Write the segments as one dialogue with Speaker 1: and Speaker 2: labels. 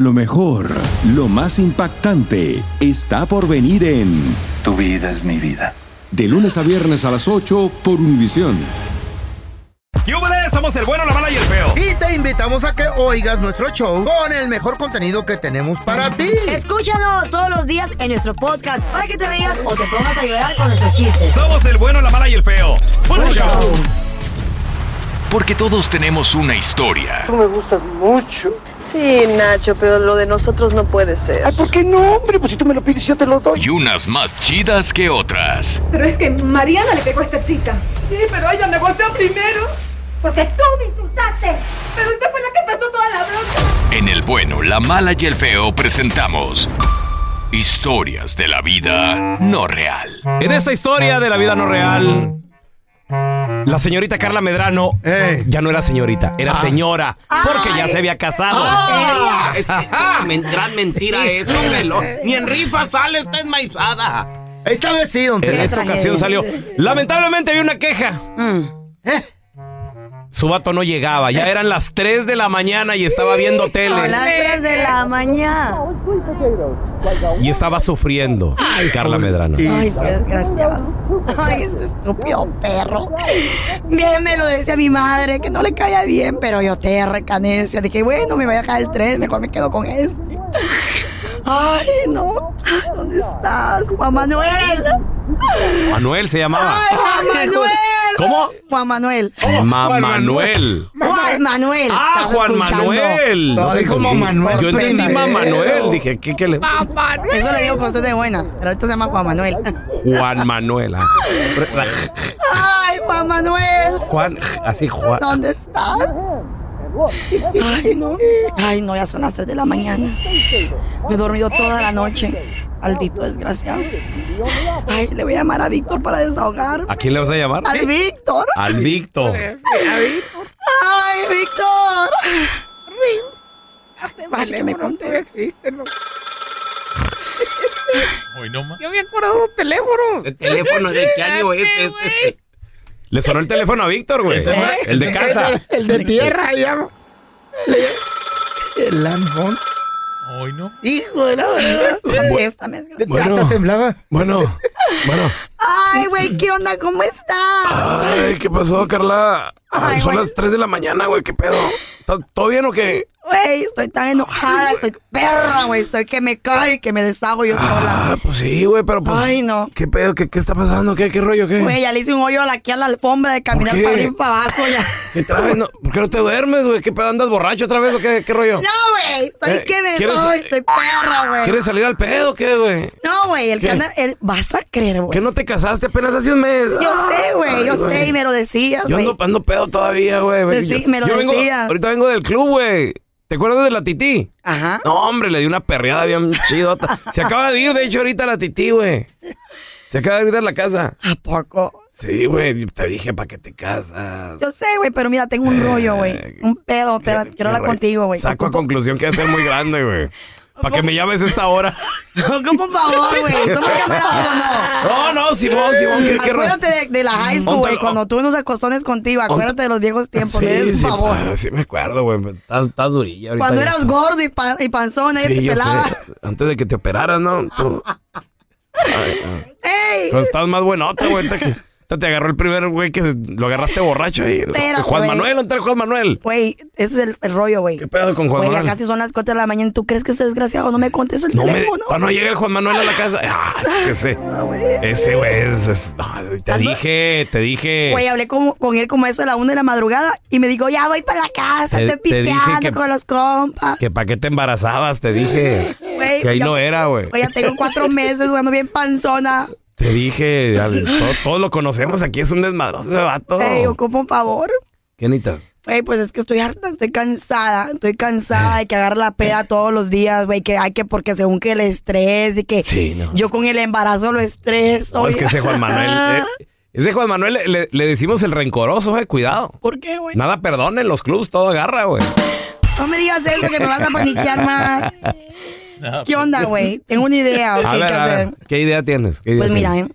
Speaker 1: Lo mejor, lo más impactante, está por venir en
Speaker 2: Tu vida es mi vida.
Speaker 1: De lunes a viernes a las 8 por Univisión.
Speaker 3: ¡Yúbales! Somos el bueno, la mala y el feo.
Speaker 4: Y te invitamos a que oigas nuestro show con el mejor contenido que tenemos para ti.
Speaker 5: Escúchanos todos los días en nuestro podcast para que te rías o te pongas a llorar con nuestros chistes.
Speaker 3: Somos el bueno, la mala y el feo. ¡Buen show!
Speaker 6: Porque todos tenemos una historia.
Speaker 7: Tú me gustas mucho.
Speaker 8: Sí, Nacho, pero lo de nosotros no puede ser.
Speaker 7: Ay, ¿por qué no, hombre? Pues si tú me lo pides, yo te lo doy.
Speaker 6: Y unas más chidas que otras.
Speaker 9: Pero es que Mariana le pegó esta cita. Sí, pero ella me golpeó primero. Porque tú me insultaste. Pero usted fue la que pasó toda la bronca.
Speaker 6: En el bueno, la mala y el feo presentamos. Historias de la vida no real.
Speaker 3: En esta historia de la vida no real, la señorita Carla Medrano
Speaker 4: Ey. Ah.
Speaker 3: ya no era señorita, era señora, porque ya se había casado.
Speaker 10: Ah, es que es una men- gran mentira eso, velo. Ni en rifa sale esta enmaizada.
Speaker 4: Esta vez sí, don
Speaker 3: En
Speaker 4: Tela.
Speaker 3: esta ocasión salió. Lamentablemente había una queja.
Speaker 4: Eh,
Speaker 3: Su vato no llegaba, ya eran las 3 de la mañana y estaba viendo
Speaker 5: A las
Speaker 3: tele
Speaker 5: 3 de la mañana.
Speaker 3: y estaba sufriendo. Carla Medrano.
Speaker 5: Ay, qué desgraciado. Ay, ese estúpido perro. Bien, me lo decía mi madre, que no le caía bien, pero yo te recanencia. Dije, bueno, me voy a dejar el tren, mejor me quedo con ese. Ay, no. Ay, ¿dónde estás? Juan Manuel.
Speaker 3: Manuel se llamaba.
Speaker 5: Ay, Juan Manuel.
Speaker 3: ¿Cómo?
Speaker 5: Juan Manuel.
Speaker 3: Ma- Manuel.
Speaker 5: Juan Manuel.
Speaker 3: Ah,
Speaker 5: ¿estás
Speaker 3: Juan
Speaker 5: escuchando?
Speaker 3: Manuel.
Speaker 4: No,
Speaker 3: te
Speaker 4: dijo
Speaker 3: entendí.
Speaker 4: Manuel,
Speaker 3: Yo entendí
Speaker 4: pendejo.
Speaker 3: Juan Manuel. Dije, ¿qué, qué le.?
Speaker 5: Eso le digo con usted de buenas, pero ahorita se llama Juan Manuel.
Speaker 3: Juan Manuel. ah.
Speaker 5: Ay, Juan Manuel.
Speaker 3: Juan, así Juan.
Speaker 5: ¿Dónde estás? Ay, no. Ay, no, ya son las 3 de la mañana. Me he dormido toda la noche. Maldito desgraciado. Ay, le voy a llamar a Víctor para desahogar.
Speaker 3: ¿A quién le vas a llamar?
Speaker 5: Al Víctor.
Speaker 3: Al Víctor.
Speaker 5: Ay, Víctor. Vale, que me conté.
Speaker 11: Yo me acuerdo de los teléfonos.
Speaker 10: El teléfono de qué año es este.
Speaker 3: Le sonó el teléfono a Víctor, güey. El de casa.
Speaker 11: El de tierra, ya.
Speaker 4: El lambón. Hijo de la verdad.
Speaker 5: Contéstame. desgraciado.
Speaker 4: Hasta temblaba.
Speaker 3: Bueno, bueno.
Speaker 5: Ay, güey, ¿qué onda? ¿Cómo estás?
Speaker 3: Ay, ¿qué pasó, Carla? Ay,
Speaker 5: Ay,
Speaker 3: son
Speaker 5: güey.
Speaker 3: las 3 de la mañana, güey. ¿Qué pedo? ¿Estás- ¿Todo bien o qué?
Speaker 5: Güey, estoy tan enojada, estoy perra, güey. Estoy que me cae y que me deshago yo sola.
Speaker 3: Ah, pues sí, güey, pero pues.
Speaker 5: Ay, no.
Speaker 3: ¿Qué pedo? ¿Qué, qué está pasando? ¿Qué, qué rollo? ¿Qué?
Speaker 5: Güey, ya le hice un hoyo aquí a la alfombra de caminar
Speaker 3: ¿Por qué?
Speaker 5: para arriba y para abajo ya.
Speaker 3: ¿Qué traes? No, ¿Por qué no te duermes, güey? ¿Qué pedo? ¿Andas borracho otra vez o qué, qué rollo?
Speaker 5: No, güey, estoy
Speaker 3: Eh,
Speaker 5: que me
Speaker 3: ¿quieres-
Speaker 5: doy, estoy perra, güey.
Speaker 3: ¿Quieres salir al pedo o qué, güey?
Speaker 5: No, güey, el
Speaker 3: ¿Qué?
Speaker 5: que anda, el- vas a creer,
Speaker 3: ¿Que
Speaker 5: güey.
Speaker 3: no te casaste apenas hace un mes?
Speaker 5: Yo sé, güey, yo
Speaker 3: Ay,
Speaker 5: sé y me lo decías,
Speaker 3: Yo
Speaker 5: güey.
Speaker 3: ando, ando pedo todavía, güey. Ven,
Speaker 5: Decí-
Speaker 3: yo-
Speaker 5: me lo
Speaker 3: yo vengo-
Speaker 5: decías.
Speaker 3: Ahorita vengo del club, güey. ¿Te acuerdas de la tití?
Speaker 5: Ajá.
Speaker 3: No, hombre, le di una perreada bien chidota. Se acaba de ir, de hecho, ahorita la tití, güey. Se acaba de ir de la casa.
Speaker 5: ¿A poco?
Speaker 3: Sí, güey, te dije para que te casas.
Speaker 5: Yo sé, güey, pero mira, tengo
Speaker 3: Eh,
Speaker 5: un rollo, güey. Un pedo, pero
Speaker 3: Qué- qué
Speaker 5: quiero hablar
Speaker 3: rollo.
Speaker 5: contigo, güey.
Speaker 3: Saco a conclusión que va a ser muy grande, güey. Para que me llames esta hora.
Speaker 5: Ocupa un favor, güey. Somos camaradas o no.
Speaker 3: No, no, Simón, Simón, ¿qué, qué rollo? Mm.
Speaker 5: Acuérdate de, de la high school, güey,
Speaker 3: Óntalo.
Speaker 5: cuando tuve unos acostones contigo. Acuérdate de los viejos tiempos, me des
Speaker 3: Sí,
Speaker 5: un
Speaker 3: sí,
Speaker 5: favor.
Speaker 3: ah, sí me acuerdo, güey. Estás, estás durilla ahorita.
Speaker 5: Cuando
Speaker 3: ya.
Speaker 5: eras gordo y, pan- y panzón, nadie
Speaker 3: Sí,
Speaker 5: te
Speaker 3: yo sé.
Speaker 5: pelaba.
Speaker 3: Antes de que te operaras, ¿no? Tú- ah.
Speaker 5: ¡Ey!
Speaker 3: Pero estás más buenota, güey. ahorita que- te agarró el primer güey que se- lo agarraste borracho ahí.
Speaker 5: Pero,
Speaker 3: Juan
Speaker 5: güey.
Speaker 3: Manuel, ¿dónde está el Juan Manuel?
Speaker 5: Güey, ese es el, el rollo, güey. ¿Qué
Speaker 3: pedo con Juan
Speaker 5: Güey, ya
Speaker 3: Manuel?
Speaker 5: casi son las 4 de la mañana. ¿Tú crees que ese desgraciado no me contesta el
Speaker 3: No me.
Speaker 5: teléfono?
Speaker 3: Ah, no llega el Juan Manuel a la casa. Ah, ese. Ese güey es. es- ah, te dije, te dije.
Speaker 5: Güey, hablé con, con él como eso a la 1 de la madrugada y me dijo, ya voy para la casa,
Speaker 3: Te-
Speaker 5: estoy
Speaker 3: te dije
Speaker 5: pisteando
Speaker 3: que-
Speaker 5: con los compas.
Speaker 3: Que para qué te embarazabas, te dije.
Speaker 5: Güey,
Speaker 3: que ahí
Speaker 5: ya-
Speaker 3: no era, güey.
Speaker 5: Güey, ya tengo cuatro meses, güey, ando bien panzona.
Speaker 3: Te dije, ya, todo- todos lo conocemos aquí, es un desmadroso ese vato.
Speaker 5: Ey, ocupo un favor.
Speaker 3: ¿Qué necesitas?
Speaker 5: Güey, pues es que estoy harta, estoy cansada, estoy cansada de que agarre la peda todos los días, güey, que hay que porque según que el estrés y que
Speaker 3: Sí, no.
Speaker 5: yo con el embarazo lo estreso.
Speaker 3: No, es que
Speaker 5: oiga.
Speaker 3: ese Juan Manuel. eh, ese Juan Manuel le- le, le decimos el rencoroso, eh, cuidado.
Speaker 5: ¿Por qué, güey?
Speaker 3: Nada perdone, los clubs todo agarra, güey.
Speaker 5: No me digas eso que me vas a paniquear más. ¿Qué onda, güey? Tengo una idea,
Speaker 3: A
Speaker 5: ¿qué hay
Speaker 3: ver,
Speaker 5: que
Speaker 3: a ver,
Speaker 5: hacer?
Speaker 3: ¿qué idea tienes? ¿Qué idea
Speaker 5: Pues mira, ¿eh?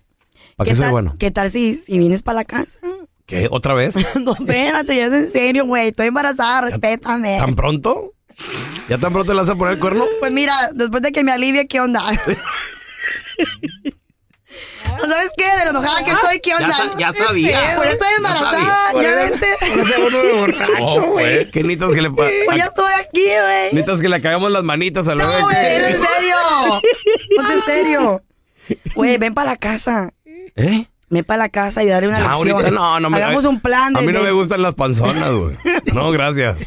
Speaker 3: ¿Para
Speaker 5: ¿Qué
Speaker 3: qué soy
Speaker 5: tal,
Speaker 3: bueno?
Speaker 5: ¿Qué tal si, si vienes para la casa?
Speaker 3: ¿Qué? ¿Otra vez?
Speaker 5: No, espérate, ya es en serio, güey. Estoy embarazada, respétame.
Speaker 3: ¿Tan pronto? ¿Ya tan pronto le vas a poner el cuerno?
Speaker 5: Pues mira, después de que me alivie, ¿qué onda? ¿No sabes qué? De lo enojada que estoy, ¿qué
Speaker 12: Ya
Speaker 5: onda?
Speaker 12: sa- ya sabía.
Speaker 5: Pues ya estoy embarazada,
Speaker 12: Ya
Speaker 5: ya
Speaker 12: sabía.
Speaker 5: vente.
Speaker 3: No, güey. ¿Qué necesitas que le pa-
Speaker 5: Pues ya estoy aquí, güey.
Speaker 3: Necesitas que le cagamos las manitas a la vez.
Speaker 5: Güey, ¿es en serio? Ponte en serio. Güey, ven para la casa.
Speaker 3: ¿Eh?
Speaker 5: Ven para la casa y darle una
Speaker 3: Ya,
Speaker 5: lección.
Speaker 3: ahorita no, no me
Speaker 5: Hagamos
Speaker 3: a-
Speaker 5: un plan.
Speaker 3: A mí no
Speaker 5: desde-
Speaker 3: me gustan las panzonas, güey. No, gracias.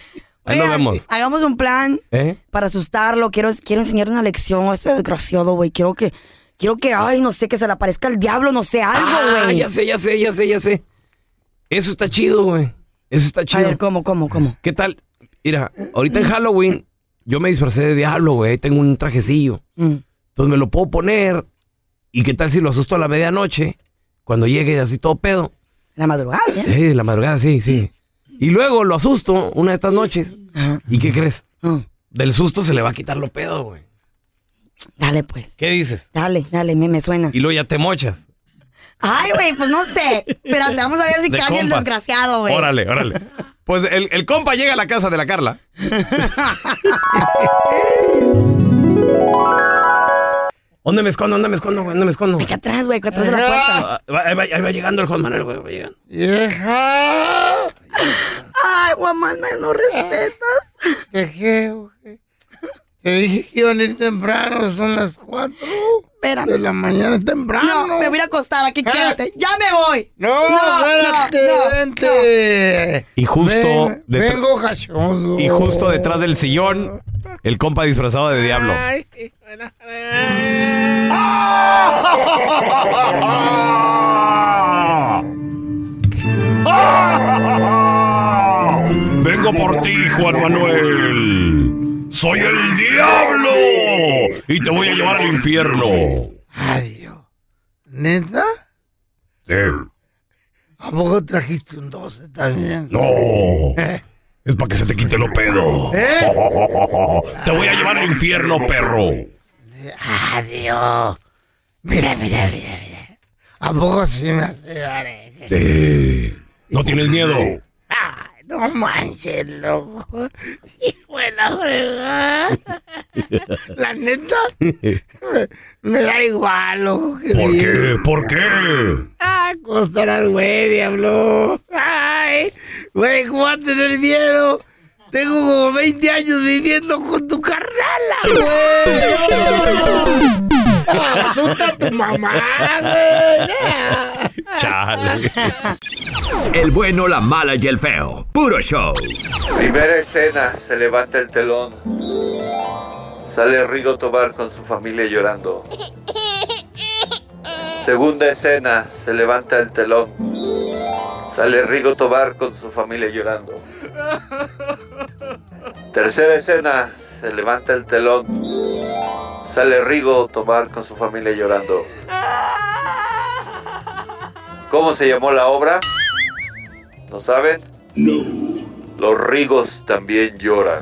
Speaker 3: Ahí nos
Speaker 5: Oigan,
Speaker 3: vemos.
Speaker 5: Hagamos un plan
Speaker 3: ¿Eh?
Speaker 5: para asustarlo. Quiero, quiero enseñarle una lección a este desgraciado, güey. Quiero que, quiero que, ay, no sé, que se le aparezca el diablo, no sé, algo,
Speaker 3: Ah,
Speaker 5: güey.
Speaker 3: ya sé, ya sé, ya sé, ya sé. Eso está chido, güey. Eso está chido.
Speaker 5: ver, ¿cómo, cómo, cómo?
Speaker 3: ¿Qué tal? Mira, ahorita en Halloween yo me disfracé de diablo, güey. Tengo un trajecillo.
Speaker 5: Mm.
Speaker 3: Entonces me lo puedo poner. ¿Y qué tal si lo asusto a la medianoche? Cuando llegue así todo pedo.
Speaker 5: La madrugada, ¿ya?
Speaker 3: Sí, la madrugada, sí, sí. Y luego lo asusto una de estas noches.
Speaker 5: Ah.
Speaker 3: ¿Y qué crees? Del susto se le va a quitar lo pedo, güey.
Speaker 5: Dale, pues.
Speaker 3: ¿Qué dices?
Speaker 5: Dale, dale, me, me suena.
Speaker 3: Y luego ya te mochas.
Speaker 5: Ay, güey, pues no sé. Espérate, vamos a ver si
Speaker 3: De
Speaker 5: cambia el
Speaker 3: compas.
Speaker 5: desgraciado, Oh, güey.
Speaker 3: Órale, órale. Pues el, el compa llega a la casa de la Carla. ¿Dónde me escondo? ¿Dónde me escondo, güey? ¿Dónde me escondo? Aquí
Speaker 5: atrás, güey, atrás de la puerta.
Speaker 3: Ah, va- Ahí va, ahí va llegando el Juan Manuel, güey. va llegando.
Speaker 5: Ay, guamán, me no respetas.
Speaker 4: Te dije, güey. Te dije que iban a ir temprano, son las 4
Speaker 5: Espérame.
Speaker 4: de la mañana temprano. Eh.
Speaker 5: No, me voy a acostar, aquí quédate. Ya me voy.
Speaker 4: No, espérate, vente.
Speaker 3: Y justo
Speaker 4: Ven-
Speaker 3: detr-
Speaker 4: vengo cachondo.
Speaker 3: Y justo detrás del sillón, el compa disfrazado de diablo.
Speaker 13: Vengo por ti, Juan Manuel. Soy el diablo y te voy a llevar al infierno.
Speaker 4: ¿Neta?
Speaker 13: Sí.
Speaker 4: ¿A poco trajiste un 12 también?
Speaker 13: No. Es para que se te quite lo pedo.
Speaker 4: ¿Eh?
Speaker 13: Te voy a llevar al infierno, perro.
Speaker 4: Adiós. Mira, mira, mira, mira. ¿A poco sí me hace dar, eh?
Speaker 13: Sí. No tienes miedo.
Speaker 4: No manches, loco. Hijo de la fregada. La neta, me, me da igual, loco. Que
Speaker 13: ¿Por
Speaker 4: sí.
Speaker 13: qué? ¿Por qué?
Speaker 4: Ah, costar al güey, diablo. Ay, güey, ¿cómo va a tener miedo? Tengo como 20 años viviendo con tu carnala, güey. No, asusta a tu mamá, Ah, güey.
Speaker 6: Chale. El bueno, la mala y el feo. Puro show.
Speaker 14: Primera escena, se levanta el telón. Sale Rigo Tobar con su familia llorando. Segunda escena, se levanta el telón. Sale Rigo Tobar con su familia llorando. Tercera escena, se levanta el telón. Sale Rigo Tobar con su familia llorando. ¿Cómo se llamó la obra? ¿No saben? Los Rigos también lloran.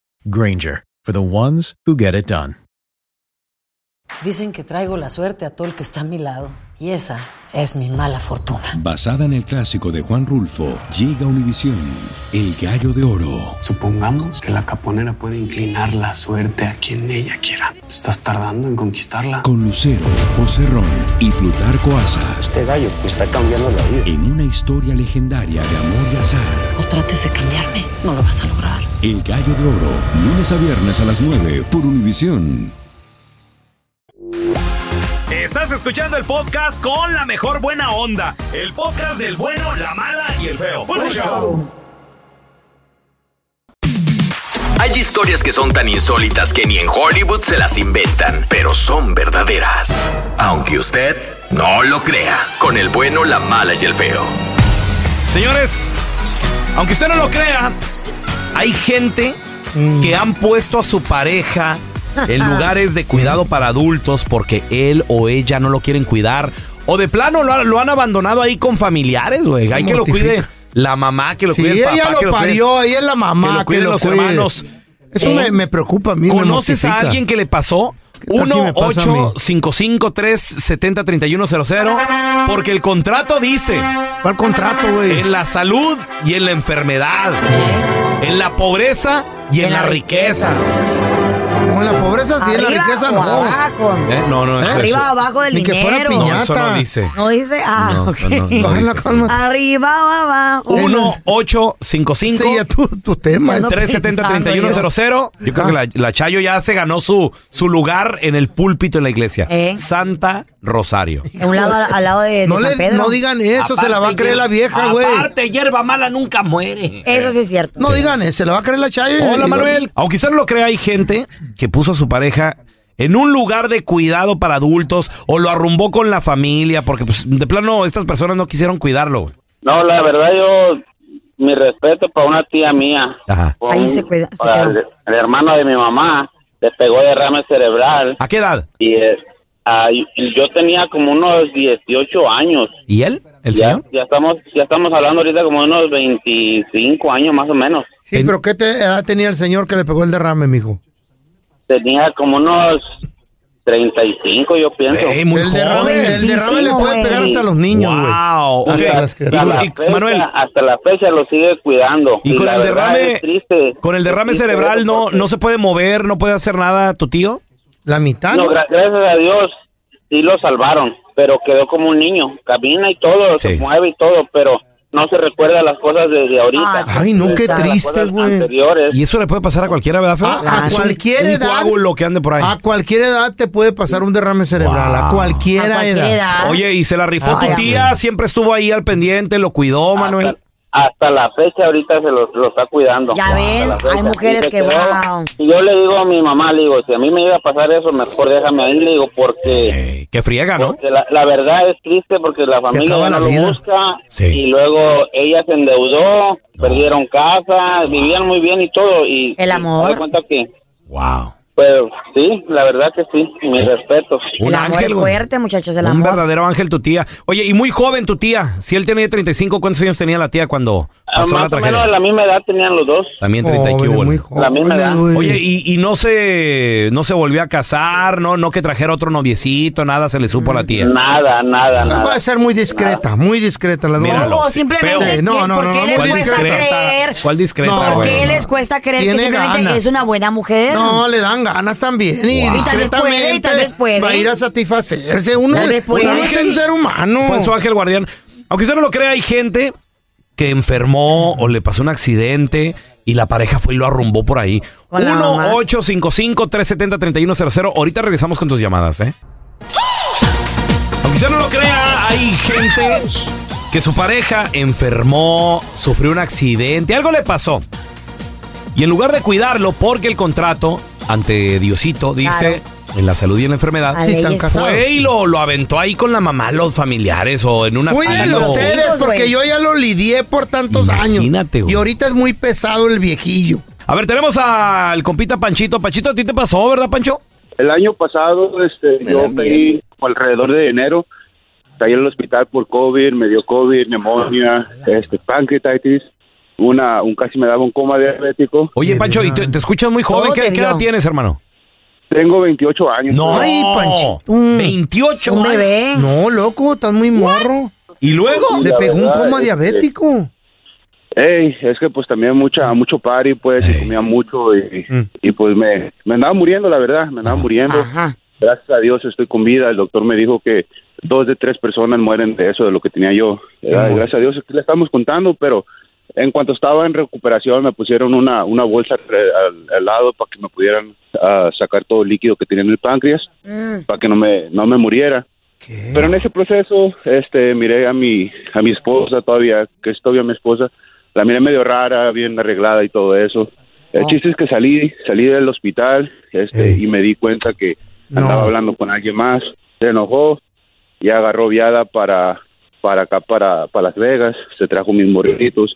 Speaker 15: Granger, for the ones who get it done.
Speaker 16: Dicen que traigo la suerte a todo el que está a mi lado. Y esa es mi mala fortuna.
Speaker 1: Basada en el clásico de Juan Rulfo, llega Univisión, El Gallo de Oro.
Speaker 17: Supongamos que la caponera puede inclinar la suerte a quien ella quiera. Estás tardando en conquistarla.
Speaker 1: Con Lucero, José Ron y Plutarco Asa.
Speaker 17: Este gallo está cambiando la vida.
Speaker 1: En una historia legendaria de amor y azar.
Speaker 16: O trates de cambiarme, no lo vas a lograr.
Speaker 1: El Gallo de Oro, lunes a viernes a las 9 por Univisión.
Speaker 3: Estás escuchando el podcast con la mejor buena onda. El podcast del bueno, la mala y el feo. Bueno, show.
Speaker 6: Hay historias que son tan insólitas que ni en Hollywood se las inventan, pero son verdaderas. Aunque usted no lo crea, con el bueno, la mala y el feo.
Speaker 3: Señores, aunque usted no lo crea, hay gente
Speaker 4: Mm.
Speaker 3: que han puesto a su pareja en lugares de cuidado para adultos porque él o ella no lo quieren cuidar. O de plano lo, ha- lo han abandonado ahí con familiares, güey. Hay que lo
Speaker 4: Mortifica.
Speaker 3: cuide la mamá, Ah, que lo
Speaker 4: Sí,
Speaker 3: cuide el papá.
Speaker 4: ella
Speaker 3: que lo
Speaker 4: lo
Speaker 3: cuide-
Speaker 4: parió, ella es la mamá,
Speaker 3: Que lo cuiden los hermanos.
Speaker 4: Eso
Speaker 3: Eh,
Speaker 4: me, me preocupa a mí. me
Speaker 3: ¿Conoces a
Speaker 4: mortifica.
Speaker 3: alguien que le pasó?
Speaker 4: tal si me pasa a mí?
Speaker 3: 1-855-370-3100 porque el contrato dice...
Speaker 4: ¿Cuál contrato, güey?
Speaker 3: En la salud y en la enfermedad. En la pobreza y en la riqueza.
Speaker 4: Como en la pobreza, sí, en la
Speaker 5: Arriba
Speaker 4: riqueza
Speaker 5: o
Speaker 4: no.
Speaker 5: abajo.
Speaker 3: Eh, No, no, es
Speaker 5: Arriba
Speaker 3: eso.
Speaker 5: o abajo del
Speaker 4: Ni que
Speaker 5: dinero.
Speaker 4: fuera piñata.
Speaker 3: No, eso no dice.
Speaker 5: No dice, ah,
Speaker 3: No,
Speaker 5: ok.
Speaker 3: no, no, no Cálmala, dice.
Speaker 5: Arriba o abajo.
Speaker 3: 1-855.
Speaker 4: Sí, ya tu, tu tema es.
Speaker 3: 370-3100. Yo creo que la, la Chayo ya se ganó su, su lugar en el púlpito en la iglesia.
Speaker 18: Eh.
Speaker 3: Santa Rosario.
Speaker 5: De un lado al, al lado de, de
Speaker 4: No
Speaker 5: San
Speaker 4: le-
Speaker 5: Pedro.
Speaker 4: no digan eso, se la va a creer la vieja, güey. Aparte,
Speaker 3: hierba mala nunca muere.
Speaker 5: Eso sí es cierto.
Speaker 4: No digan, eh, se la va a creer la chaya.
Speaker 3: Hola Manuel. Aunque usted no lo crea, hay gente que puso a su pareja en un lugar de cuidado para adultos o lo arrumbó con la familia porque pues, de plano estas personas no quisieron cuidarlo. güey.
Speaker 10: No, la verdad yo mi respeto para una tía mía. Con-
Speaker 5: Ahí se cuida. se
Speaker 10: para
Speaker 5: queda.
Speaker 10: el, el hermano de mi mamá le pegó derrame cerebral.
Speaker 3: ¿A qué edad?
Speaker 10: Y eh, ah, y- y yo tenía como unos 18 años.
Speaker 3: ¿Y él? ¿El
Speaker 10: ya,
Speaker 3: señor?
Speaker 10: ya estamos ya estamos hablando ahorita como de unos 25 años más o menos.
Speaker 4: Sí, pero ¿qué te- edad tenía el señor que le pegó el derrame, mijo?
Speaker 10: Tenía como unos 35 yo pienso.
Speaker 4: el derrame, el derrame le puede pegar hasta a los niños, güey.
Speaker 3: Wow,
Speaker 4: Hasta las que-
Speaker 10: Hasta la fecha- hasta la fecha lo sigue cuidando.
Speaker 3: Y con
Speaker 10: la
Speaker 3: el
Speaker 10: verdad
Speaker 3: derrame-
Speaker 10: es triste,
Speaker 3: Con el
Speaker 10: es
Speaker 3: derrame
Speaker 10: triste
Speaker 3: cerebral
Speaker 10: verlo
Speaker 3: no,
Speaker 10: porque-
Speaker 3: no se puede mover, no puede hacer nada tu tío.
Speaker 4: La mitad.
Speaker 10: No, gra- gracias a Dios sí lo salvaron, pero quedó como un niño. Camina y todo, se mueve y todo, pero no se recuerda las cosas de, de ahorita.
Speaker 3: Ay, no, qué
Speaker 10: Las
Speaker 3: triste,
Speaker 10: cosas
Speaker 3: güey.
Speaker 10: anteriores.
Speaker 3: Y eso le puede pasar a cualquiera, ¿verdad, Feo?
Speaker 10: Ah,
Speaker 4: A, a
Speaker 3: Ah, Es un-
Speaker 4: cualquier
Speaker 3: un
Speaker 4: edad.
Speaker 3: coágulo que ande por ahí.
Speaker 4: A cualquier edad te puede pasar un derrame cerebral. A cualquier
Speaker 10: A cualquier
Speaker 4: edad.
Speaker 10: edad.
Speaker 3: Oye, y se la rifó
Speaker 10: Ay,
Speaker 3: tu tía, siempre estuvo ahí al pendiente, lo cuidó, Manuel.
Speaker 10: Hasta la fecha ahorita se lo, lo está cuidando.
Speaker 5: Ya
Speaker 10: Hasta
Speaker 5: ven,
Speaker 10: la fecha.
Speaker 5: hay mujeres
Speaker 10: Y se
Speaker 5: que,
Speaker 10: quedó-
Speaker 5: wow.
Speaker 10: y Yo le digo a mi mamá, le digo, si a mí me iba a pasar eso, mejor déjame ahí, le digo, porque...
Speaker 3: Que friega, ¿no?
Speaker 10: porque la, la verdad es triste porque la familia
Speaker 3: acaba
Speaker 10: ya no
Speaker 3: la
Speaker 10: lo
Speaker 3: vida.
Speaker 10: busca y luego ella se endeudó, perdieron casa, vivían muy bien y todo y
Speaker 5: El
Speaker 10: y
Speaker 5: amor.
Speaker 10: se da cuenta que
Speaker 3: wow
Speaker 10: Pero sí, la verdad que sí, mis
Speaker 3: Eh,
Speaker 10: respetos.
Speaker 5: El amor es fuerte, muchachos, el
Speaker 3: Un
Speaker 5: amor.
Speaker 3: verdadero ángel tu tía. Oye, y muy joven tu tía. Si él tenía 35, ¿cuántos años tenía la tía cuando
Speaker 10: Ah,
Speaker 3: pasó la
Speaker 10: Más o menos
Speaker 3: tragedia?
Speaker 10: a la misma edad tenían los dos.
Speaker 3: También 30 y qué hubo.
Speaker 10: La misma edad.
Speaker 3: Oye, y, y no se no se volvió a casar, no no que trajera otro noviecito, nada se le supo a la tía.
Speaker 10: Nada, nada,
Speaker 4: Pues Va a ser muy discreta, muy disceta la
Speaker 3: Míralo.
Speaker 4: doña.
Speaker 3: O simplemente,
Speaker 4: Sí,
Speaker 3: ¿quién-
Speaker 4: no, no,
Speaker 3: por
Speaker 4: no,
Speaker 3: qué
Speaker 4: no,
Speaker 3: le
Speaker 4: muy
Speaker 3: cuesta
Speaker 4: discreta.
Speaker 5: creer?
Speaker 3: ¿Cuál discreta?
Speaker 4: No,
Speaker 5: ¿Por
Speaker 4: güey,
Speaker 5: qué
Speaker 4: no,
Speaker 5: les
Speaker 4: no.
Speaker 5: cuesta creer que
Speaker 4: Tiene
Speaker 5: simplemente
Speaker 4: ganas.
Speaker 5: es una buena mujer?
Speaker 4: No, le dan ganas también. Y
Speaker 5: Wow. Y tal vez puede, y
Speaker 4: discretamente
Speaker 5: tal vez puede.
Speaker 4: va a ir a satisfacerse. Uno,
Speaker 5: Tal vez puede.
Speaker 4: uno es un ser humano.
Speaker 3: Fue su ángel guardián. Aunque usted no lo crea, hay gente que enfermó o le pasó un accidente y la pareja fue y lo arrumbó por ahí.
Speaker 5: Con la mamá.
Speaker 3: 1-855-370-3100. Ahorita regresamos con tus llamadas, ¿eh? Aunque usted no lo crea, hay gente que su pareja enfermó, sufrió un accidente, algo le pasó. Y en lugar de cuidarlo, porque el contrato ante Diosito dice en la salud y en la enfermedad,
Speaker 4: Sí, están casados.
Speaker 3: fue y lo, lo aventó ahí con la mamá, los familiares o en una
Speaker 4: Cuídenlo ustedes, porque yo ya lo lidié por tantos
Speaker 3: Imagínate,
Speaker 4: años.
Speaker 3: güey.
Speaker 4: Y ahorita es muy pesado el viejillo.
Speaker 3: A ver, tenemos al compita Panchito. Panchito, ¿a ti te pasó, verdad, Pancho?
Speaker 19: El año pasado, este, yo caí como alrededor de enero, caí en el hospital por COVID, me dio COVID, neumonía, este, pancreatitis, una, un casi me daba un coma diabético.
Speaker 3: Oye, Pancho, y te, te escuchas muy joven.
Speaker 19: Todo
Speaker 3: ¿Qué,
Speaker 19: te
Speaker 3: qué edad
Speaker 19: dio.
Speaker 3: tienes, hermano?
Speaker 19: Tengo 28 años.
Speaker 3: No. Ay, Panchito. 28
Speaker 4: Mm. Un
Speaker 3: años.
Speaker 4: bebé. No, loco, estás muy morro.
Speaker 3: ¿Y luego?
Speaker 4: Le
Speaker 19: La
Speaker 4: pegó un
Speaker 19: verdad,
Speaker 4: coma
Speaker 19: este,
Speaker 4: diabético.
Speaker 19: Ey, es que pues también mucha, mucho party, pues, y comía mucho y, y, pues me, me andaba muriendo, la verdad, me andaba muriendo. Gracias a Dios estoy con vida. El doctor me dijo que dos de tres personas mueren de eso, de lo que tenía yo. ¿verdad?
Speaker 20: Ujú.
Speaker 19: Gracias a Dios aquí le estamos contando, pero en cuanto estaba en recuperación me pusieron una, una bolsa re- al, al lado para que me pudieran ah, sacar todo el líquido que tenía en el páncreas para que no me, no me muriera. Pero en ese proceso, este, miré a mi, a mi esposa todavía, que es todavía mi esposa, la miré medio rara, bien arreglada y todo eso. El
Speaker 4: Ah.
Speaker 19: chiste es que salí, salí del hospital, este, y me di cuenta que andaba hablando con alguien más, se enojó y agarró viada para, para acá, para, para Las Vegas, se trajo mis morritos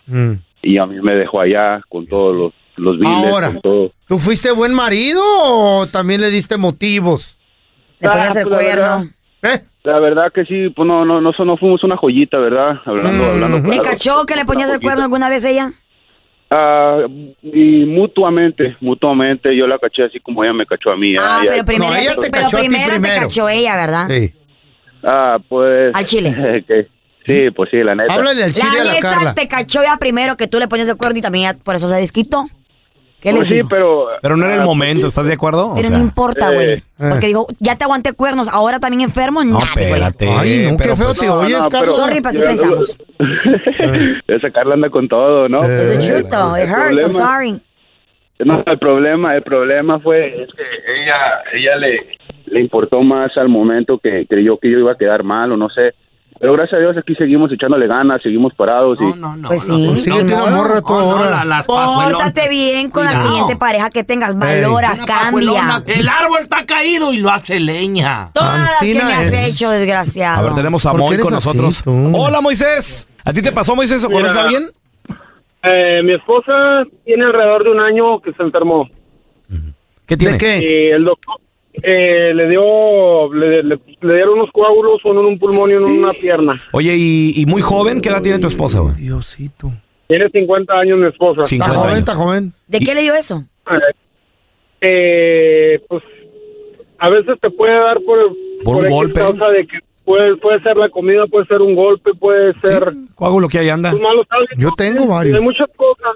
Speaker 19: y a mí me dejó allá con todos los, los biles,
Speaker 4: Ahora.
Speaker 19: con todo.
Speaker 4: ¿Tú fuiste buen marido o también le diste motivos?
Speaker 19: Le ponías el cuerno. La verdad que sí, pues no, no, no, eso no fuimos una joyita, ¿verdad? Hablando, hablando.
Speaker 5: Mm, ¿Me
Speaker 19: claro.
Speaker 5: cachó que le ponías el cuerno alguna vez ella?
Speaker 19: Ah, y mutuamente, mutuamente, yo la caché así como ella me cachó a mí.
Speaker 5: Ah,
Speaker 19: ya.
Speaker 5: pero primero, te, pero primero te cachó ella, ¿verdad?
Speaker 19: Ah, pues. Al chile. Sí, pues sí, la neta.
Speaker 5: la neta te cachó ya primero que tú le ponías el cuerno y también ya por eso se desquitó. ¿Qué
Speaker 19: Pues
Speaker 5: les
Speaker 19: sí,
Speaker 5: dijo?
Speaker 19: pero. eh.
Speaker 3: Pero no era el
Speaker 19: Ah,
Speaker 3: momento, ¿estás de acuerdo?
Speaker 5: Pero no importa, güey. Porque dijo, ya te aguanté cuernos, ahora también enfermo,
Speaker 3: No,
Speaker 5: nada, güey.
Speaker 3: espérate. Ay,
Speaker 5: pues,
Speaker 3: no, qué feo
Speaker 19: te oyes,
Speaker 5: Carlos. Sorry, pues, pa' si pensamos.
Speaker 19: Esa Carla anda con todo, ¿no?
Speaker 5: eh.
Speaker 3: Eh.
Speaker 5: It's the truth, though. It
Speaker 19: El
Speaker 5: hurts, I'm
Speaker 19: problema-
Speaker 5: sorry.
Speaker 19: No, el problema, el problema fue es que ella, ella le, le importó más al momento que creyó que yo iba a quedar mal o no sé. Pero gracias a Dios aquí seguimos echándole ganas, seguimos parados y
Speaker 5: pues sí.
Speaker 4: Sigue tiene una morra toda hora.
Speaker 5: Pórtate bien con la
Speaker 21: Cuidado.
Speaker 5: siguiente pareja que tengas. Valora,
Speaker 21: Una pajuelona.
Speaker 5: cambia.
Speaker 21: El árbol está caído y lo hace leña.
Speaker 5: Todas que me has hecho,
Speaker 3: A ver,
Speaker 5: desgraciado.
Speaker 3: tenemos a
Speaker 5: ¿Por qué
Speaker 3: Moy
Speaker 5: eres
Speaker 3: con
Speaker 5: así,
Speaker 3: nosotros. Hola, Moisés. ¿A ti te pasó, Moisés, o conoces a
Speaker 22: Mira,
Speaker 3: alguien?
Speaker 22: Eh, mi esposa tiene alrededor de un año que se enfermó.
Speaker 3: ¿Qué tiene?
Speaker 22: Y el doctor eh, le dio, le, le- le dieron unos coágulos, uno en un pulmón y uno en una pierna.
Speaker 3: Oye, y, y muy joven, ¿qué edad tiene tu esposa, güey?
Speaker 22: Tiene 50 años mi esposa.
Speaker 3: 50 joven, años. está
Speaker 4: joven.
Speaker 5: ¿De qué le dio eso?
Speaker 22: Eh, pues a veces te puede dar por,
Speaker 3: Por un
Speaker 22: X
Speaker 3: golpe.
Speaker 22: causa de que puede, puede ser la comida, puede ser un golpe, puede ser
Speaker 3: Coágulo que ahí anda.
Speaker 22: tus malos hábitos.
Speaker 3: Yo tengo varios.
Speaker 22: Hay muchas cosas.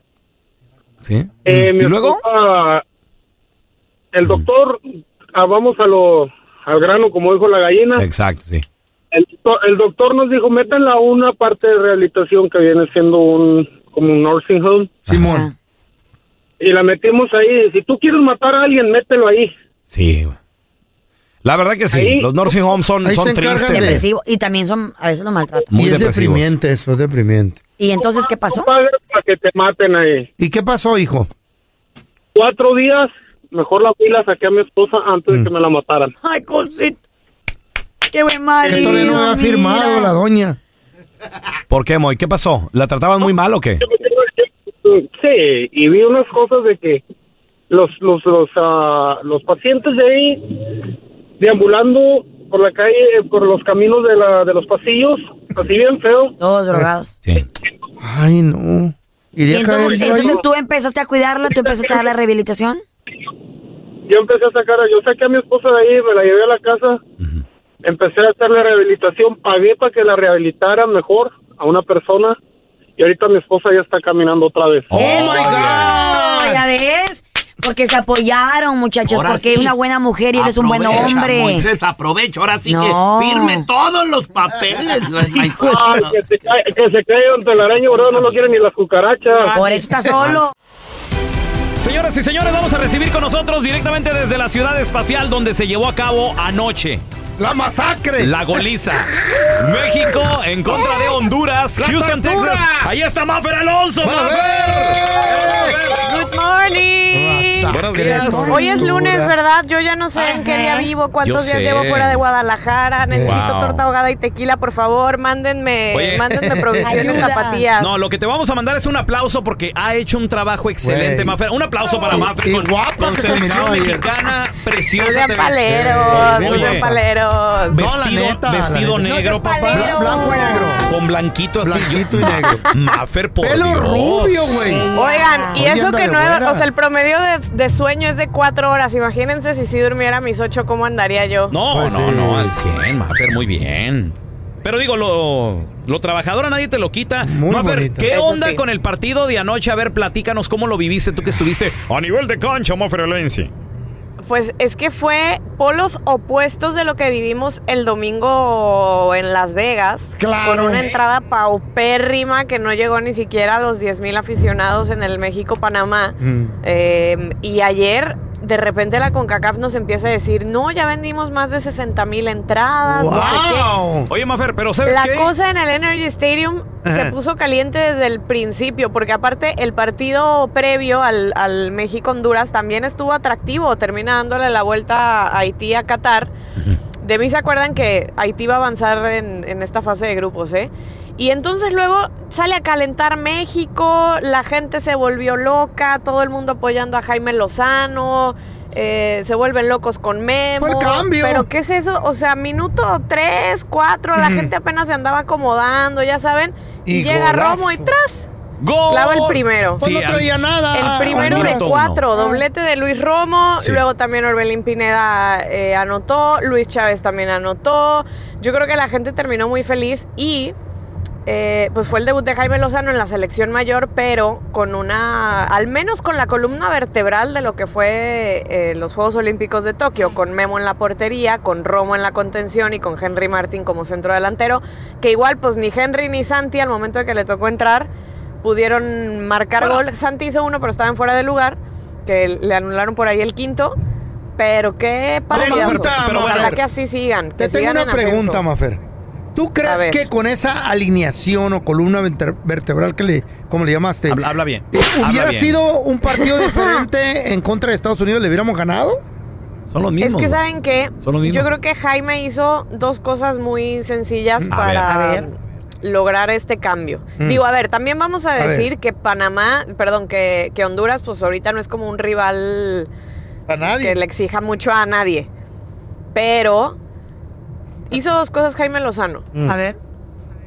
Speaker 3: ¿Sí?
Speaker 22: Eh, mi
Speaker 3: ¿Y luego?
Speaker 22: esposa, el doctor, ah, vamos a lo, al grano, como dijo la gallina.
Speaker 3: Exacto, sí.
Speaker 22: El, do- el doctor nos dijo, métanla a una parte de rehabilitación que viene siendo un, como un nursing home.
Speaker 4: Simón.
Speaker 22: Y la metimos ahí. Si tú quieres matar a alguien, mételo ahí.
Speaker 3: Sí, güey. La verdad que sí.
Speaker 22: Ahí-
Speaker 3: los nursing homes son, son tristes. güey.
Speaker 5: Depresivo. Y también son, a veces lo maltratan.
Speaker 3: Muy
Speaker 4: y es
Speaker 3: depresivos.
Speaker 4: deprimente eso, es deprimente.
Speaker 5: ¿Y entonces qué pasó?
Speaker 22: Para que te maten ahí.
Speaker 4: ¿Y qué pasó, hijo?
Speaker 22: Cuatro días, mejor la fui y la saqué a mi esposa antes
Speaker 3: Mm.
Speaker 22: de que me la mataran.
Speaker 5: Ay, cosita. Qué buen marido.
Speaker 4: Que todavía no ha
Speaker 5: mira.
Speaker 4: firmado la doña.
Speaker 3: ¿Por qué, Moy? ¿Qué pasó? ¿La trataban muy mal o qué?
Speaker 22: Sí, y vi unas cosas de que los los los, ah, los pacientes de ahí deambulando por la calle, eh, por los caminos de, la, de los pasillos, así bien feo.
Speaker 5: Todos drogados.
Speaker 4: Ay, no.
Speaker 5: Y
Speaker 4: Iría a caer
Speaker 5: entonces,
Speaker 4: yo
Speaker 5: entonces
Speaker 4: ahí.
Speaker 5: tú empezaste a cuidarla, tú empezaste a darle rehabilitación.
Speaker 22: Yo empecé a sacar, yo saqué a mi esposa de ahí, me la llevé a la casa, empecé a hacerle rehabilitación, pagué para que la rehabilitaran mejor a una persona y ahorita mi esposa ya está caminando otra vez.
Speaker 5: ¡Oh, ya ves! Porque se apoyaron, muchachos,
Speaker 21: Ahora
Speaker 5: porque eres
Speaker 21: sí.
Speaker 5: una buena mujer y eres un buen
Speaker 21: Aprovecha,
Speaker 5: hombre.
Speaker 21: Moisés, aprovecha. Ahora sí
Speaker 5: No.
Speaker 21: que firme todos los papeles. no es my-
Speaker 22: Ay, que se cae, que se cae un telaraño, bro, no lo quieren ni las cucarachas.
Speaker 5: Por eso está solo.
Speaker 3: Señoras y señores, vamos a recibir con nosotros directamente desde la ciudad espacial donde se llevó a cabo anoche.
Speaker 4: La masacre.
Speaker 3: La goliza. México en contra de Honduras. Houston,
Speaker 23: tortura.
Speaker 3: Texas. Ahí está Mafer Alonso.
Speaker 9: Good morning.
Speaker 3: Masacre, Buenos días. tortura.
Speaker 9: Hoy es lunes, ¿verdad? Yo ya no sé en qué día vivo, cuántos
Speaker 3: Yo
Speaker 9: días
Speaker 3: sé.
Speaker 9: llevo fuera de Guadalajara. Necesito
Speaker 3: Wow.
Speaker 9: torta ahogada y tequila, por favor. Mándenme,
Speaker 3: Oye.
Speaker 9: Eh, mándenme provisiones zapatillas.
Speaker 3: No, lo que te vamos a mandar es un aplauso porque ha hecho un trabajo excelente,
Speaker 4: Güey.
Speaker 3: Mafer. Un aplauso para
Speaker 4: Qué-
Speaker 3: Mafer
Speaker 4: qué
Speaker 3: con,
Speaker 4: guapa
Speaker 3: con
Speaker 4: que se
Speaker 3: selección
Speaker 4: miraba ayer.
Speaker 3: mexicana preciosa.
Speaker 9: No sean
Speaker 3: te ve-
Speaker 9: paleros,
Speaker 3: Oye,
Speaker 9: no sean paleros.
Speaker 3: Vestido, vestido negro, papá.
Speaker 4: Blanco y negro.
Speaker 3: Con blanquito así. Blanquito y negro. Mafer, por
Speaker 4: Pelo
Speaker 3: Dios.
Speaker 4: rubio, güey.
Speaker 9: Oigan, y
Speaker 4: Oye,
Speaker 9: eso
Speaker 4: anda
Speaker 9: que
Speaker 4: de
Speaker 9: no, he-
Speaker 4: güera.
Speaker 9: o sea, el promedio de, de sueño es de cuatro horas. Imagínense si sí durmiera mis ocho, ¿cómo andaría yo?
Speaker 3: No,
Speaker 4: Pues
Speaker 3: no, no, al 100, Mafer, muy bien. Pero digo, lo, lo trabajador a nadie te lo quita. Mafer,
Speaker 4: bonito.
Speaker 3: ¿qué
Speaker 4: Eso
Speaker 3: onda
Speaker 4: sí.
Speaker 3: con el partido de anoche? A ver, platícanos cómo lo viviste tú que estuviste a nivel de cancha, Mafer Alensi.
Speaker 9: Pues es que fue polos opuestos de lo que vivimos el domingo en Las Vegas.
Speaker 4: Claro.
Speaker 9: Con una entrada paupérrima que no llegó ni siquiera a los 10.000 aficionados en el México-Panamá.
Speaker 4: Mm.
Speaker 22: Mm.
Speaker 9: Eh, y ayer, de repente, la CONCACAF nos empieza a decir, no, ya vendimos más de 60.000 entradas. no sé Ah, qué".
Speaker 3: Oye, Mafer, pero ¿sabes
Speaker 9: la
Speaker 3: qué?
Speaker 9: cosa en el Energy Stadium se
Speaker 3: Ajá.
Speaker 9: puso caliente desde el principio, porque aparte el partido previo al, al México-Honduras también estuvo atractivo, termina dándole la vuelta a Haití a Qatar. De mí se acuerdan que Haití va a avanzar en, en esta fase de grupos, ¿eh? Y entonces luego sale a calentar México, la gente se volvió loca, todo el mundo apoyando a Jaime Lozano, eh, se vuelven locos con Memo.
Speaker 4: Fue el cambio.
Speaker 9: Pero ¿qué es eso? O sea, minuto 3, 4, la
Speaker 4: Ujú.
Speaker 9: gente apenas se andaba acomodando, ya saben. Y,
Speaker 4: Y
Speaker 9: llega
Speaker 4: golazo.
Speaker 9: Romo y tras.
Speaker 4: ¡Gol!
Speaker 9: Clava el primero.
Speaker 4: Pues no Sí, al- traía nada.
Speaker 9: El primero
Speaker 4: Al
Speaker 9: de
Speaker 4: minuto uno.
Speaker 9: cuatro. Doblete de Luis Romo.
Speaker 4: Sí.
Speaker 9: Luego también Orbelín Pineda eh, anotó. Luis Chávez también anotó. Yo creo que la gente terminó muy feliz y eh, pues fue el debut de Jaime Lozano en la selección mayor, pero con una, al menos con la columna vertebral de lo que fue eh, los Juegos Olímpicos de Tokio, con Memo en la portería, con Romo en la contención y con Henry Martin como centro delantero, que igual pues ni Henry ni Santi al momento de que le tocó entrar pudieron marcar gol. Santi hizo uno, pero estaban fuera de lugar, que le anularon por ahí el quinto. Pero qué partidazo.
Speaker 4: pregunta,
Speaker 9: Pero
Speaker 4: Mafer.
Speaker 9: Ojalá que así sigan.
Speaker 4: Te
Speaker 9: Que
Speaker 4: tengo
Speaker 9: sigan
Speaker 4: una
Speaker 9: en ascenso.
Speaker 4: pregunta, Mafer. ¿Tú crees
Speaker 9: ver.
Speaker 4: que con esa alineación o columna venter- vertebral que le, como le llamaste,
Speaker 3: Habla, habla bien.
Speaker 4: eh,
Speaker 3: Habla
Speaker 4: hubiera
Speaker 3: bien.
Speaker 4: sido un partido diferente en contra de Estados Unidos, le hubiéramos ganado?
Speaker 3: Son los
Speaker 9: Es que saben que
Speaker 4: Son los mismos.
Speaker 9: yo creo que Jaime hizo dos cosas muy sencillas
Speaker 4: Mm. A
Speaker 9: para
Speaker 4: ver. A
Speaker 9: lograr este cambio.
Speaker 4: Mm.
Speaker 9: Digo, a ver, también vamos a
Speaker 4: A ver.
Speaker 9: decir que Panamá, perdón, que, que Honduras, pues ahorita no es como un rival que le exija mucho a nadie. Pero hizo dos cosas Jaime Lozano.
Speaker 4: Mm. A
Speaker 5: ver.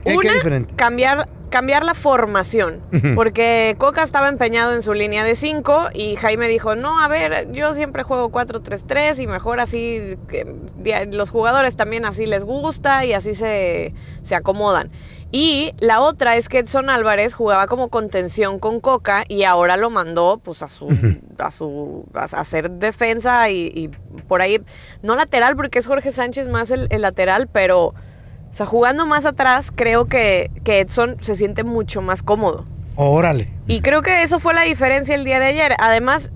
Speaker 4: ¿Qué- qué
Speaker 9: Una,
Speaker 4: diferente?
Speaker 9: cambiar, cambiar la formación.
Speaker 4: Ujú.
Speaker 9: Porque Coca estaba empeñado en su línea de 5 y Jaime dijo, no, a ver, yo siempre juego 4-3-3 y mejor así, que di- los jugadores también así les gusta y así se, se acomodan. Y la otra es que Edson Álvarez jugaba como contención con Coca y ahora lo mandó pues a su a su a a hacer defensa y, y por ahí no lateral porque es Jorge Sánchez más el, el lateral, pero o sea, jugando más atrás, creo que, que Edson se siente mucho más cómodo.
Speaker 4: Órale.
Speaker 9: Y creo que eso fue la diferencia el día de ayer. Además,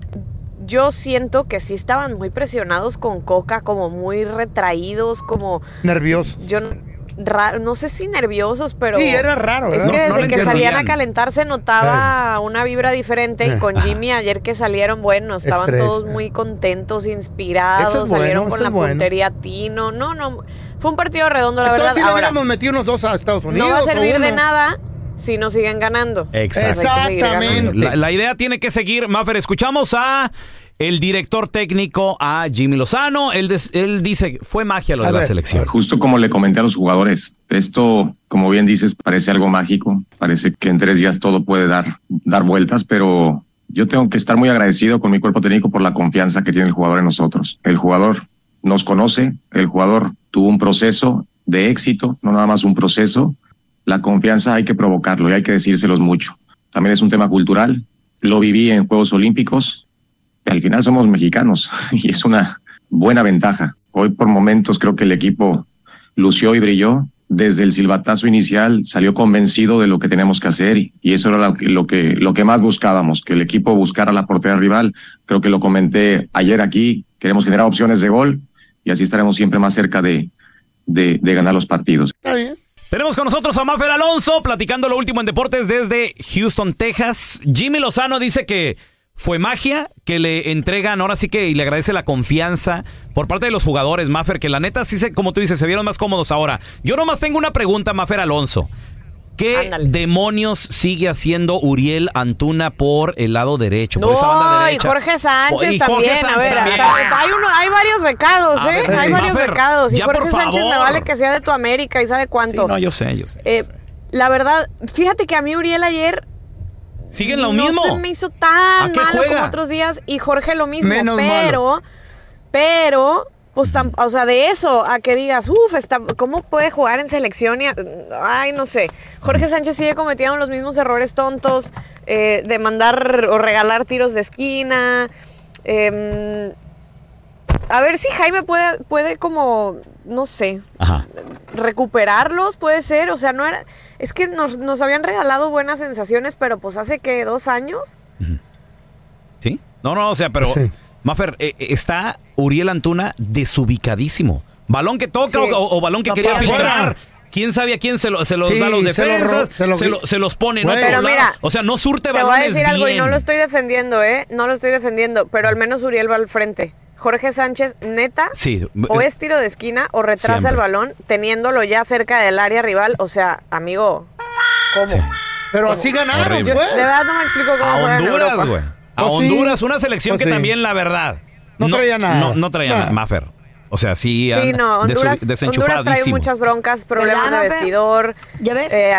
Speaker 9: yo siento que sí estaban muy presionados con Coca, como muy retraídos, como
Speaker 4: Nervioso.
Speaker 9: yo no, ra- no sé si nerviosos, pero
Speaker 4: Sí, era raro,
Speaker 9: Es
Speaker 4: ¿verdad?
Speaker 9: que
Speaker 4: No, no
Speaker 9: desde
Speaker 4: lo
Speaker 9: que
Speaker 4: entiendo
Speaker 9: salían a
Speaker 4: bien.
Speaker 9: calentar se notaba una vibra diferente y con
Speaker 4: Ajá.
Speaker 9: Jimmy ayer que salieron, bueno, estaban
Speaker 4: Estrés,
Speaker 9: todos
Speaker 4: eh.
Speaker 9: muy contentos, inspirados,
Speaker 4: Eso es bueno,
Speaker 9: salieron con
Speaker 4: eso
Speaker 9: la
Speaker 4: es bueno.
Speaker 9: puntería Tino. No, no, fue un partido redondo la
Speaker 4: Entonces sí
Speaker 9: verdad.
Speaker 4: le
Speaker 9: Ahora
Speaker 4: hubiéramos metido unos dos a Estados Unidos.
Speaker 9: no va a
Speaker 4: o
Speaker 9: servir de
Speaker 4: uno.
Speaker 9: nada si no siguen ganando.
Speaker 4: Exacto.
Speaker 9: Hay que seguir ganando.
Speaker 4: Exactamente.
Speaker 3: La, la idea tiene que seguir, Mafer. Escuchamos a el director técnico a Jimmy Lozano. Él, des- él dice, fue magia lo de la selección.
Speaker 20: Justo como le comenté a los jugadores, esto, como bien dices, parece algo mágico, parece que en tres días todo puede dar, dar vueltas, pero yo tengo que estar muy agradecido con mi cuerpo técnico por la confianza que tiene el jugador en nosotros. El jugador nos conoce, el jugador tuvo un proceso de éxito, no nada más un proceso. La confianza hay que provocarlo y hay que decírselos mucho. También es un tema cultural. Lo viví en Juegos Olímpicos, al final somos mexicanos y es una buena ventaja. Hoy por momentos creo que el equipo lució y brilló. Desde el silbatazo inicial salió convencido de lo que tenemos que hacer y, y eso era lo, que- lo que, lo que más buscábamos, que el equipo buscara la portería rival. Creo que lo comenté ayer aquí, queremos generar opciones de gol y así estaremos siempre más cerca de- de- de ganar los partidos.
Speaker 3: Tenemos con nosotros a Mafer Alonso platicando lo último en deportes desde Houston, Texas. Jimmy Lozano dice que fue magia, que le entregan ahora sí que y le agradece la confianza por parte de los jugadores, Mafer, que la neta sí se, como tú dices, se vieron más cómodos ahora. Yo nomás tengo una pregunta, Mafer Alonso. ¿Qué demonios sigue haciendo Uriel Antuna por el lado derecho? por esa banda
Speaker 9: No, y
Speaker 3: derecha?
Speaker 9: Jorge
Speaker 3: Oh,
Speaker 9: Sánchez
Speaker 3: y Jorge
Speaker 9: también. a
Speaker 3: Sánchez
Speaker 9: ver,
Speaker 3: también.
Speaker 9: hasta- hay, uno, hay varios becados,
Speaker 3: A
Speaker 9: ¿eh?
Speaker 3: ver,
Speaker 9: hay varios
Speaker 3: Mafer,
Speaker 9: becados. Y
Speaker 3: ya, por
Speaker 9: Jorge Sánchez me
Speaker 3: favor.
Speaker 9: vale que sea de tu América y sabe
Speaker 3: Sí,
Speaker 9: cuánto.
Speaker 3: no, yo sé, yo sé.
Speaker 9: Eh, la verdad, fíjate que a mí Uriel ayer
Speaker 3: ¿Siguen lo
Speaker 9: no
Speaker 3: mismo?
Speaker 9: se me hizo tan
Speaker 3: ¿A qué
Speaker 9: malo
Speaker 3: juega?
Speaker 9: como otros días y Jorge lo mismo,
Speaker 3: Menos
Speaker 9: pero pero pues tam- o sea, de eso a que digas, uff, ¿cómo puede jugar en selección? y a- ay, no sé. Jorge Sánchez sigue cometiendo los mismos errores tontos eh, de mandar o regalar tiros de esquina. em, a ver si Jaime puede, puede como, no sé,
Speaker 3: Ajá.
Speaker 9: recuperarlos, puede ser. O sea, no era. Es que nos, nos habían regalado buenas sensaciones, pero pues hace que dos años.
Speaker 3: Este ¿Sí? No, no, o sea, pero. Mafer, eh, eh, está Uriel Antuna desubicadísimo. Balón que toca
Speaker 24: Sí.
Speaker 3: o, o balón que
Speaker 24: No
Speaker 3: quería
Speaker 24: pasa.
Speaker 3: filtrar. ¿Quién sabe a quién se, lo- se los
Speaker 24: Sí,
Speaker 3: da a los
Speaker 24: se lo ro-
Speaker 3: defensas?
Speaker 24: se
Speaker 3: Se,
Speaker 24: lo-
Speaker 3: lo- se los pone en
Speaker 24: Güey.
Speaker 3: otro
Speaker 24: Pero
Speaker 3: lado.
Speaker 9: mira,
Speaker 3: o sea, no surte
Speaker 9: Te voy a
Speaker 3: balones
Speaker 9: decir algo y
Speaker 3: bien.
Speaker 9: no lo estoy defendiendo, ¿eh? No lo estoy defendiendo, pero al menos Uriel va al frente. Jorge Sánchez, neta,
Speaker 3: Sí. eh,
Speaker 9: o es tiro de esquina o retrasa
Speaker 3: Siempre.
Speaker 9: el balón teniéndolo ya cerca del área rival. O sea, amigo, ¿cómo?
Speaker 4: Pero así ganaron,
Speaker 3: Horrible.
Speaker 9: Yo-
Speaker 4: pues.
Speaker 9: de verdad no me explico cómo
Speaker 3: A
Speaker 9: juegan en
Speaker 3: Honduras,
Speaker 9: Europa.
Speaker 3: güey. A
Speaker 4: Pues sí.
Speaker 3: Honduras, una selección
Speaker 4: Pues
Speaker 3: que
Speaker 4: sí.
Speaker 3: también, la verdad.
Speaker 4: No traía nada.
Speaker 3: No, no traía
Speaker 4: Nada.
Speaker 3: nada, Mafer. O sea, sí,
Speaker 9: Sí,
Speaker 3: andan
Speaker 9: no,
Speaker 3: desu-
Speaker 9: Honduras, Honduras trae
Speaker 3: desenchufadísimos.
Speaker 9: muchas broncas, problemas
Speaker 5: ¿Verdad,
Speaker 9: de
Speaker 5: Nafe?
Speaker 9: vestidor, eh,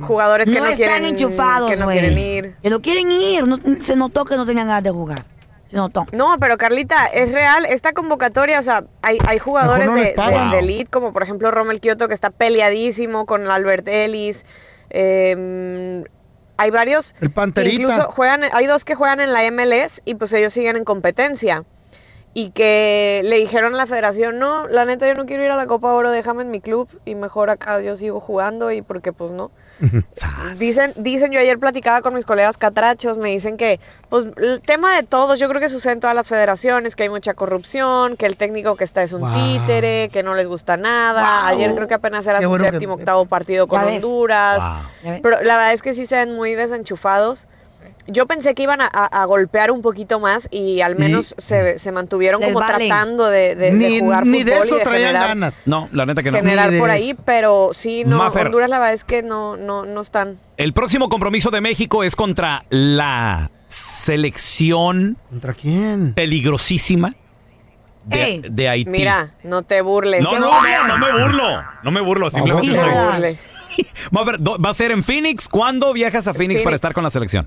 Speaker 9: jugadores que no,
Speaker 5: están
Speaker 9: quieren,
Speaker 5: enchufados,
Speaker 9: que no
Speaker 5: güey.
Speaker 9: quieren ir.
Speaker 5: Que no quieren ir. No- se notó que no tenían ganas de jugar. Se notó.
Speaker 9: No, pero Carlita, es real, esta convocatoria, o sea, hay, hay jugadores
Speaker 5: Mejor no
Speaker 9: de,
Speaker 5: les pagan.
Speaker 9: de- de elite, como por ejemplo Rommel Kioto, que está peleadísimo con Albert Ellis. eh, hay varios.
Speaker 4: El Panterita.
Speaker 9: que Incluso juegan, hay dos que juegan en la MLS y pues ellos siguen en competencia. Y que le dijeron a la federación, no, la neta yo no quiero ir a la Copa Oro, déjame en mi club y mejor acá yo sigo jugando y porque pues no. Dicen, dicen, yo ayer platicaba con mis colegas catrachos, me dicen que, pues, el tema de todos, yo creo que sucede en todas las federaciones, que hay mucha corrupción, que el técnico que está es un
Speaker 25: Wow.
Speaker 9: títere, que no les gusta nada.
Speaker 25: Wow.
Speaker 9: Ayer creo que apenas era
Speaker 25: Qué
Speaker 9: su
Speaker 25: bueno que-
Speaker 4: eh,
Speaker 9: séptimo, octavo partido con
Speaker 25: Ya ves.
Speaker 9: Honduras. Pero la verdad es que sí se ven muy desenchufados. Yo pensé que iban a, a- a golpear un poquito más y al menos se, se mantuvieron
Speaker 4: Les
Speaker 9: como
Speaker 4: vale.
Speaker 9: tratando de, de- de
Speaker 4: Ni-
Speaker 9: jugar
Speaker 4: ni de
Speaker 9: fútbol y
Speaker 4: eso
Speaker 9: de
Speaker 4: traían
Speaker 9: generar-
Speaker 4: ganas.
Speaker 3: No, la neta que no.
Speaker 9: generar por ahí, pero sí, no,
Speaker 3: Mafer.
Speaker 9: Honduras la verdad es que no, no, no están.
Speaker 3: El próximo compromiso de México es contra la selección. ¿Contra quién? Peligrosísima de, de Haití.
Speaker 9: Mira, no te burles.
Speaker 3: No, no, no, no me burlo. No me burlo, simplemente
Speaker 9: no te
Speaker 3: estoy-
Speaker 9: burles.
Speaker 3: Mafer, do- va a ser en Phoenix. ¿Cuándo viajas a Phoenix
Speaker 9: Phoenix.
Speaker 3: para estar con la selección?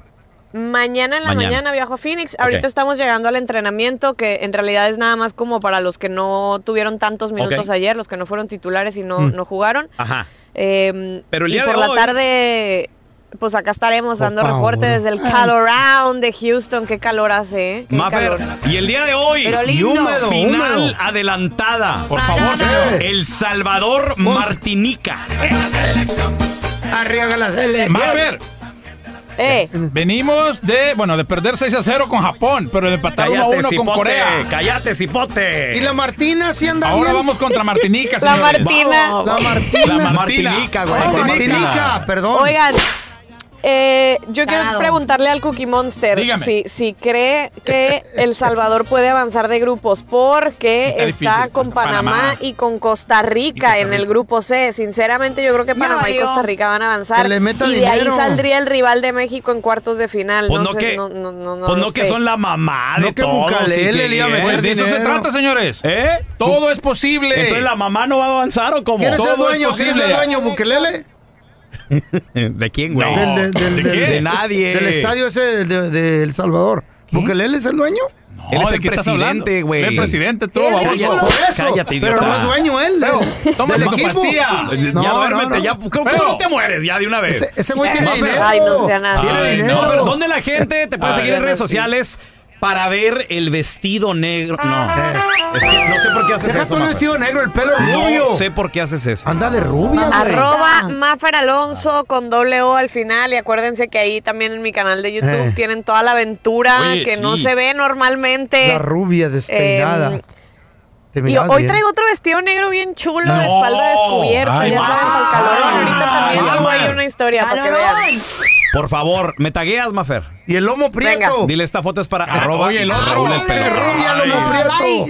Speaker 9: Mañana en la
Speaker 3: Mañana.
Speaker 9: mañana. viajo a Phoenix. Ahorita estamos llegando al entrenamiento, que en realidad es nada más como para los que no tuvieron tantos minutos
Speaker 3: Ok.
Speaker 9: ayer, los que no fueron titulares y no,
Speaker 3: Mm.
Speaker 9: no jugaron.
Speaker 3: Ajá.
Speaker 9: Eh,
Speaker 3: Pero el
Speaker 9: y
Speaker 3: día de
Speaker 9: por la
Speaker 3: hoy-
Speaker 9: tarde, pues acá estaremos dando
Speaker 3: Copa
Speaker 9: reporte
Speaker 3: Oro.
Speaker 9: desde el calor round de Houston. Qué calor hace, ¿eh? Qué
Speaker 3: Mafer,
Speaker 9: calor.
Speaker 3: y el día de hoy,
Speaker 9: Pero
Speaker 3: y
Speaker 9: lindo.
Speaker 3: húmedo, final
Speaker 9: Húmedo.
Speaker 3: adelantada. Por favor, señor. El Salvador Martinica.
Speaker 4: Arriba la selección.
Speaker 2: Mafer.
Speaker 9: Eh.
Speaker 2: Venimos de, bueno, de perder 6 a 0 con Japón, pero de empatar 1 a 1 con Corea.
Speaker 3: Cállate, cipote.
Speaker 4: Y la Martina sí anda
Speaker 2: Ahora
Speaker 4: bien.
Speaker 2: vamos contra Martinica,
Speaker 4: La
Speaker 2: señores.
Speaker 4: Martina. La Martina.
Speaker 2: La Martinica, güey.
Speaker 4: Martinica, Ah, perdón.
Speaker 9: Oigan, Eh, yo quiero preguntarle al Cookie Monster
Speaker 25: Dígame.
Speaker 9: si, si cree que El Salvador puede avanzar de grupos porque
Speaker 25: Está
Speaker 9: está,
Speaker 25: difícil
Speaker 9: con Panamá,
Speaker 25: Panamá.
Speaker 9: y con Costa Rica en el grupo C. Sinceramente yo creo que Panamá y
Speaker 25: valió.
Speaker 9: Costa Rica van a avanzar
Speaker 25: Que le meta
Speaker 9: y de ahí
Speaker 25: dinero.
Speaker 9: saldría el rival de México en cuartos de final.
Speaker 3: Pues
Speaker 9: no,
Speaker 3: no
Speaker 9: sé,
Speaker 3: que-
Speaker 9: no, no, no, no
Speaker 3: Pues
Speaker 9: lo
Speaker 3: no que
Speaker 9: sé.
Speaker 3: son la mamá de todos.
Speaker 2: Bucalele
Speaker 3: y que-
Speaker 2: le iba a meter
Speaker 3: Pues de eso se
Speaker 2: dinero.
Speaker 3: trata, señores. ¿Eh?
Speaker 2: Todo es posible.
Speaker 3: Entonces la mamá no va a avanzar o cómo?
Speaker 2: ¿Quién es el
Speaker 3: Todo
Speaker 2: dueño?
Speaker 3: posible.
Speaker 4: ¿Quién es el dueño, Bukelele?
Speaker 3: ¿De quién, güey?
Speaker 4: Del- del- del-
Speaker 3: ¿De,
Speaker 4: del-
Speaker 3: qué? De nadie.
Speaker 4: Del estadio ese de, de- de El Salvador. ¿Bukelele es el dueño?
Speaker 3: Él es el presidente, güey.
Speaker 2: El presidente, tú,
Speaker 4: Cállate,
Speaker 2: baboso.
Speaker 4: por eso.
Speaker 3: Cállate,
Speaker 4: Pero no
Speaker 3: idiota.
Speaker 4: es dueño él. del-
Speaker 2: Tómale
Speaker 4: del
Speaker 2: tu
Speaker 4: equipo.
Speaker 2: pastilla.
Speaker 3: Ya
Speaker 4: No,
Speaker 3: duérmete,
Speaker 4: no, no.
Speaker 3: ya. ¿Cómo
Speaker 2: Pero-
Speaker 3: no te mueres ya de una vez?
Speaker 4: Ese- ese güey
Speaker 3: Eh,
Speaker 4: tiene
Speaker 3: Mafer.
Speaker 4: dinero.
Speaker 3: Ay, no
Speaker 4: sea
Speaker 3: nada. Ay,
Speaker 4: Tiene
Speaker 3: no,
Speaker 4: dinero.
Speaker 3: pero ¿dónde la gente te puede
Speaker 4: Ay,
Speaker 3: seguir en
Speaker 4: no,
Speaker 3: redes
Speaker 4: sí.
Speaker 3: sociales para ver el vestido negro? No.
Speaker 4: Eh.
Speaker 3: Es que no sé por qué haces
Speaker 4: Deja
Speaker 3: eso.
Speaker 4: tú el
Speaker 3: Mafer.
Speaker 4: vestido negro, el pelo
Speaker 3: No
Speaker 4: rubio.
Speaker 3: sé por qué haces eso.
Speaker 4: Anda de rubia. güey.
Speaker 9: Arroba Mafer Alonso con doble O al final. Y acuérdense que ahí también en mi canal de YouTube
Speaker 4: Eh.
Speaker 9: tienen toda la aventura
Speaker 4: Oye,
Speaker 9: que no
Speaker 4: sí.
Speaker 9: se ve normalmente.
Speaker 4: La rubia despeinada.
Speaker 9: Em,
Speaker 4: Te
Speaker 9: Y
Speaker 4: mirabas
Speaker 9: hoy
Speaker 4: bien.
Speaker 9: traigo otro vestido negro bien chulo,
Speaker 4: No.
Speaker 9: de espalda descubierta,
Speaker 3: Ay,
Speaker 9: ya sabes, al calor. Ahorita también
Speaker 3: ay,
Speaker 9: subo ahí
Speaker 3: mamá.
Speaker 9: una historia para que
Speaker 3: Calorón.
Speaker 9: vean.
Speaker 3: Por favor, me tagueas, Mafer.
Speaker 4: Y el lomo
Speaker 3: prieto. Dile esta foto es para arroba.
Speaker 2: oye, el otro.
Speaker 3: Raúl Perro.
Speaker 2: Prieto.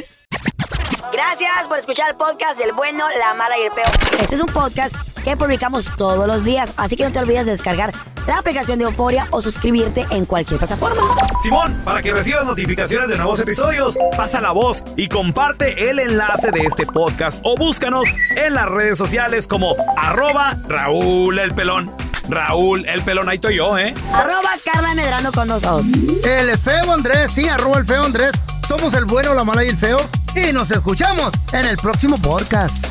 Speaker 25: Gracias por escuchar el podcast del bueno, la mala y el peor.
Speaker 18: Este es un podcast que publicamos todos los días, así que no te olvides de descargar la aplicación de Euforia o suscribirte en cualquier plataforma.
Speaker 3: Simón, para que recibas notificaciones de nuevos episodios, pasa la voz y comparte el enlace de este podcast o búscanos en las redes sociales como arroba Raúl el Pelón. Raúl el Pelón, ahí estoy yo, ¿eh?
Speaker 4: Arroba Carla Medrano con nosotros. El feo Andrés, sí, arroba el feo Andrés. Somos el bueno, la mala y el feo. Y nos escuchamos en el próximo podcast.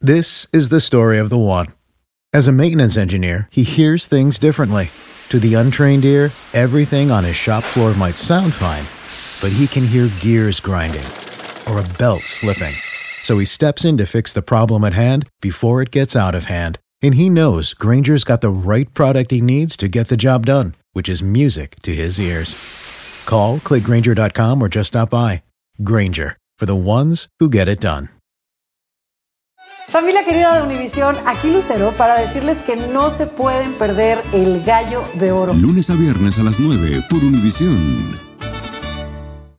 Speaker 15: This is the story of the one. As a maintenance engineer, he hears things differently. To the untrained ear, everything on his shop floor might sound fine, but he can hear gears grinding or a belt slipping. So he steps in to fix the problem at hand before it gets out of hand. And he knows Granger's got the right product he needs to get the job done, which is music to his ears. Call, click Granger.com, or just stop by. Granger, for the ones who get it done.
Speaker 16: Familia querida de Univisión, aquí Lucero para decirles que no se pueden perder el gallo de oro.
Speaker 1: Lunes a viernes a las 9 por Univisión.